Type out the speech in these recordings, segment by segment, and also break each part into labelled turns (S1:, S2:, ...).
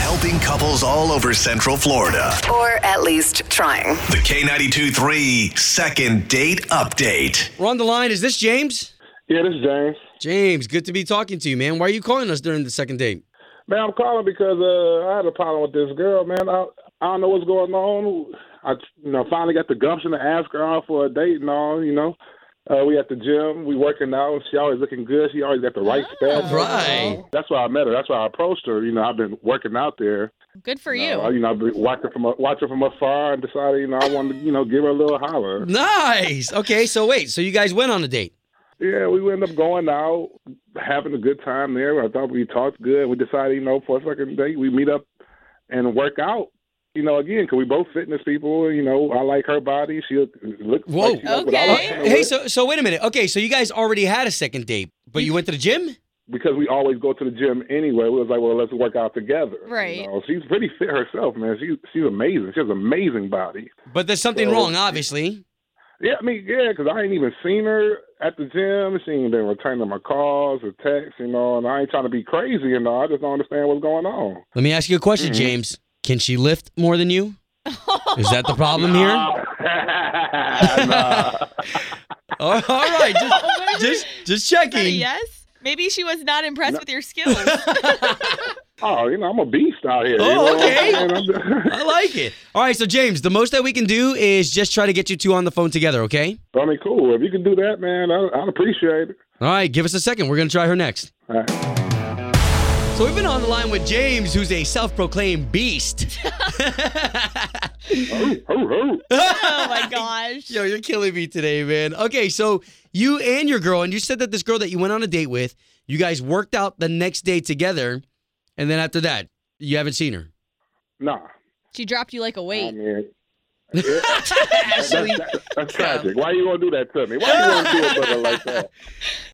S1: Helping couples all over Central Florida.
S2: Or at least trying.
S1: The K92 3 Second Date Update.
S3: We're on the line. Is this James?
S4: Yeah, this is James.
S3: James, good to be talking to you, man. Why are you calling us during the second date?
S4: Man, I'm calling because uh, I had a problem with this girl, man. I, I don't know what's going on. I you know, finally got the gumption to ask her out for a date and all, you know. Uh, we at the gym, we working out. She always looking good. She always got the right
S3: All
S4: spell.
S3: right.
S4: That's why I met her. That's why I approached her. You know, I've been working out there.
S5: Good for
S4: You
S5: you.
S4: know, I, you know, I've been watching from watching from afar and decided, you know, I wanted to, you know, give her a little holler.
S3: Nice. Okay, so wait, so you guys went on a date.
S4: Yeah, we ended up going out, having a good time there. I thought we talked good. We decided, you know, for a second date, we meet up and work out. You know, again, because we both fitness people. You know, I like her body. She look- looks
S3: Whoa.
S4: like she like what I like.
S5: Okay.
S3: Hey, so so wait a minute. Okay, so you guys already had a second date, but you went to the gym?
S4: because we always go to the gym anyway. We was like, well, let's work out together.
S5: Right.
S4: You know, she's pretty fit herself, man. She she's amazing. She has an amazing body.
S3: But there's something wrong, obviously.
S4: Yeah, I mean, yeah, 'cause I ain't even seen her at the gym. She ain't been returning my calls or texts, you know. And I ain't trying to be crazy, you know. I just don't understand what's going on.
S3: Let me ask you a question, James. Can she lift more than you? Is that the problem here?
S4: Nah.
S3: All all right, just just, just
S5: Is that a
S3: checking.
S5: yes? Maybe she was not impressed with your skills.
S4: Oh, you know, I'm a beast out here. you
S3: Oh,
S4: know what I'm
S3: okay.
S4: saying? I'm just-
S3: I like it. All right, so James, the most that we can do is just try to get you two on the phone together, okay?
S4: I mean, cool. If you can do that, man, I, I'd appreciate it. Uh,
S3: All right, give us a second. We're going to try her next.
S4: All right.
S3: So we've been on the line with James, who's a self-proclaimed beast.
S4: Oh, oh, oh.
S5: oh my gosh.
S3: Yo, you're killing me today, man. Okay, so you and your girl, and you said that this girl that you went on a date with, you guys worked out the next day together, and then after that, you haven't seen her.
S4: Nah.
S5: She dropped you like a
S4: I
S5: weight.
S4: mean, that's, that's, that's tragic. Why you gonna do that to me? Why you gonna do a brother like that?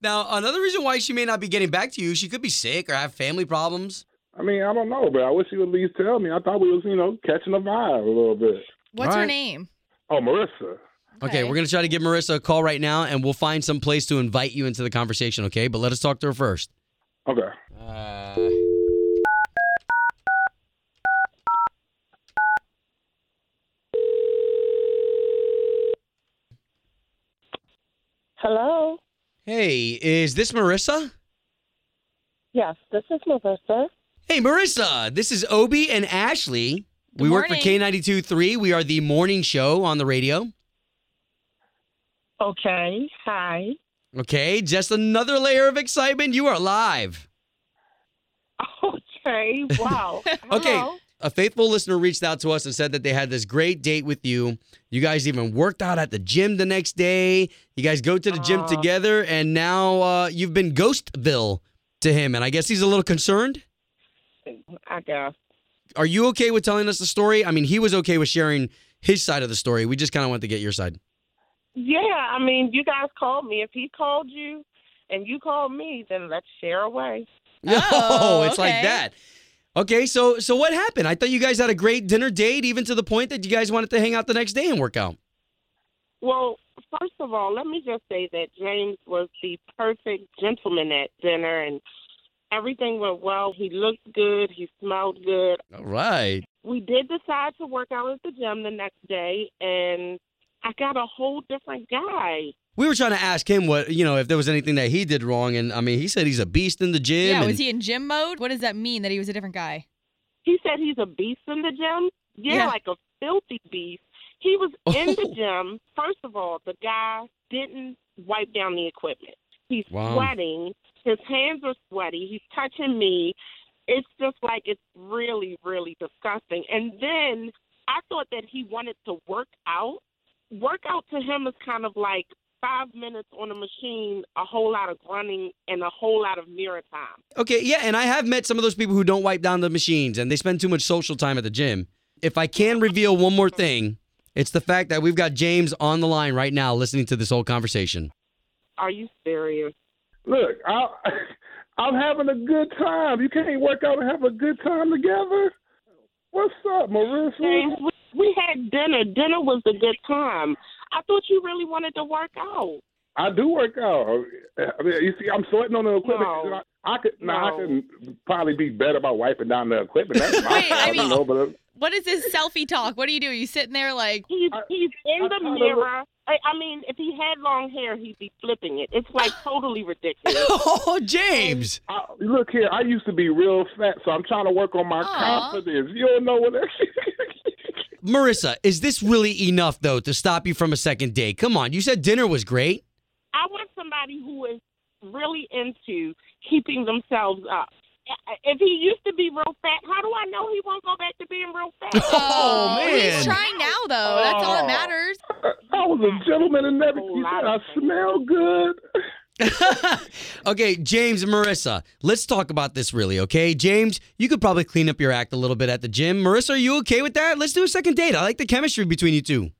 S3: Now, another reason why she may not be getting back to you, she could be sick or have family problems.
S4: I mean, I don't know, but I wish you would at least tell me. I thought we was, you know, catching a vibe a little bit.
S5: What's
S3: All
S5: her
S3: right.
S5: name?
S4: Oh, Marissa.
S3: Okay,
S5: Okay.
S3: we're gonna try to give Marissa a call right now, and we'll find some place to invite you into the conversation. Okay, but let us talk to her first.
S4: Okay.
S6: Hello.
S3: Hey, is this Marissa?
S6: Yes, this is Melissa.
S3: Hey, Marissa, this is Obi and Ashley.
S5: Good
S3: we work for
S5: morning.
S3: K92 3. We are the morning show on the radio.
S6: Okay. Hi.
S3: Okay, just another layer of excitement. You are live.
S6: Okay. Wow.
S3: Okay.
S6: Hello.
S3: A faithful listener reached out to us and said that they had this great date with you. You guys even worked out at the gym the next day. You guys go to the gym
S6: Aw.
S3: together, and now uh, you've been Ghostville to him. And I guess he's a little concerned.
S6: I guess.
S3: Are you okay with telling us the story? I mean, he was okay with sharing his side of the story. We just kind of want to get your side.
S6: Yeah. I mean, you guys called me. If he called you, and you called me, then let's share away.
S3: Oh,
S5: Oh,
S3: it's like
S5: okay.
S3: that. Okay, so so what happened? I thought you guys had a great dinner date, even to the point that you guys wanted to hang out the next day and work out.
S6: Well, first of all, let me just say that James was the perfect gentleman at dinner, and everything went well. He looked good. He smelled good.
S3: All right.
S6: we did decide to work out at the gym the next day, and I got a whole different guy.
S3: We were trying to ask him what you know if there was anything that he did wrong, and I mean he said he's a beast in the gym.
S5: Yeah,
S3: and-
S5: was he in gym mode? What does that mean that he was a different guy?
S6: He said he's a beast in the gym. Yeah,
S5: Yeah.
S6: like a filthy beast. He was in
S3: Oh.
S6: the gym. First of all, the guy didn't wipe down the equipment. He's
S3: Wow.
S6: sweating. His hands are sweaty. He's touching me. It's just like it's really, really disgusting. And then I thought that he wanted to work out. Workout to him is kind of like five minutes on a machine, a whole lot of grunting, and a whole lot of mirror time.
S3: Okay, yeah, and I have met some of those people who don't wipe down the machines and they spend too much social time at the gym. If I can reveal one more thing, it's the fact that we've got James on the line right now listening to this whole conversation.
S6: Are you serious?
S4: Look, I, I'm having a good time. You can't work out and have a good time together. What's up,
S6: James,
S4: Marissa?
S6: we, we had dinner. Dinner was a good time. I thought you really wanted to work out.
S4: I do work out. I mean, you see, I'm sweating on the equipment.
S6: No.
S4: I, I could, nah, I
S6: No.
S4: could probably be better about wiping down the equipment. That's my
S5: Wait, I
S4: fault, you
S5: mean-
S4: know, but uh,
S5: What is this selfie talk? What do you do? You sitting there like,
S6: He's
S4: I-
S6: he's in
S4: Uh, I
S6: the
S4: kinda-
S6: mirror. I, I mean, if he had long hair, he'd be flipping it. It's like totally ridiculous.
S3: Oh, James!
S4: I, look here, I used to be real fat, so I'm trying to work on my
S5: Aw.
S4: confidence. You don't know what that.
S3: Marissa, is this really enough, though, to stop you from a second date? Come on, you said dinner was great.
S6: I want somebody who is really into keeping themselves up. I- I- If he used to be real fat, how do I know he won't go back to being real fat?
S3: Oh, man.
S5: he's trying now though. That's all that
S6: Oh.
S5: matters.
S4: I was a gentleman and everything. You said I smell good.
S3: okay, James and Marissa, let's talk about this really, okay? James, you could probably clean up your act a little bit at the gym. Marissa, are you okay with that? Let's do a second date. I like the chemistry between you two.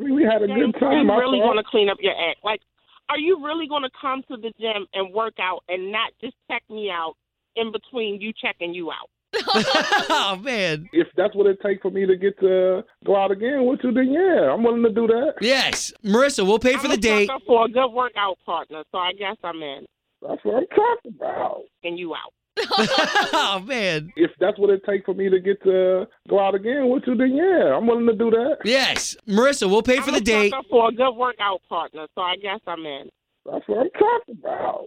S4: I mean, we had a
S6: James,
S4: good time.
S6: You
S4: I
S6: really
S4: thought.
S6: want to clean up your act. Like, are you really going to come to the gym and work out and not just check me out in between you checking you out?
S3: oh, man.
S4: If that's what it takes for me to get to go out again with you, then yeah, I'm willing to do that.
S3: Yes. Marissa, we'll pay for
S6: I'm
S3: the
S6: a
S3: date.
S6: sucker for a good workout partner, so I guess I'm in.
S4: That's what I'm talking about.
S6: And you out.
S3: oh, man.
S4: If that's what it takes for me to get to go out again with you, then yeah, I'm willing to do that.
S3: Yes. Marissa, we'll pay for
S6: I'm
S3: the
S6: a
S3: date.
S6: sucker for a good workout partner, so I guess I'm in.
S4: That's what I'm talking about.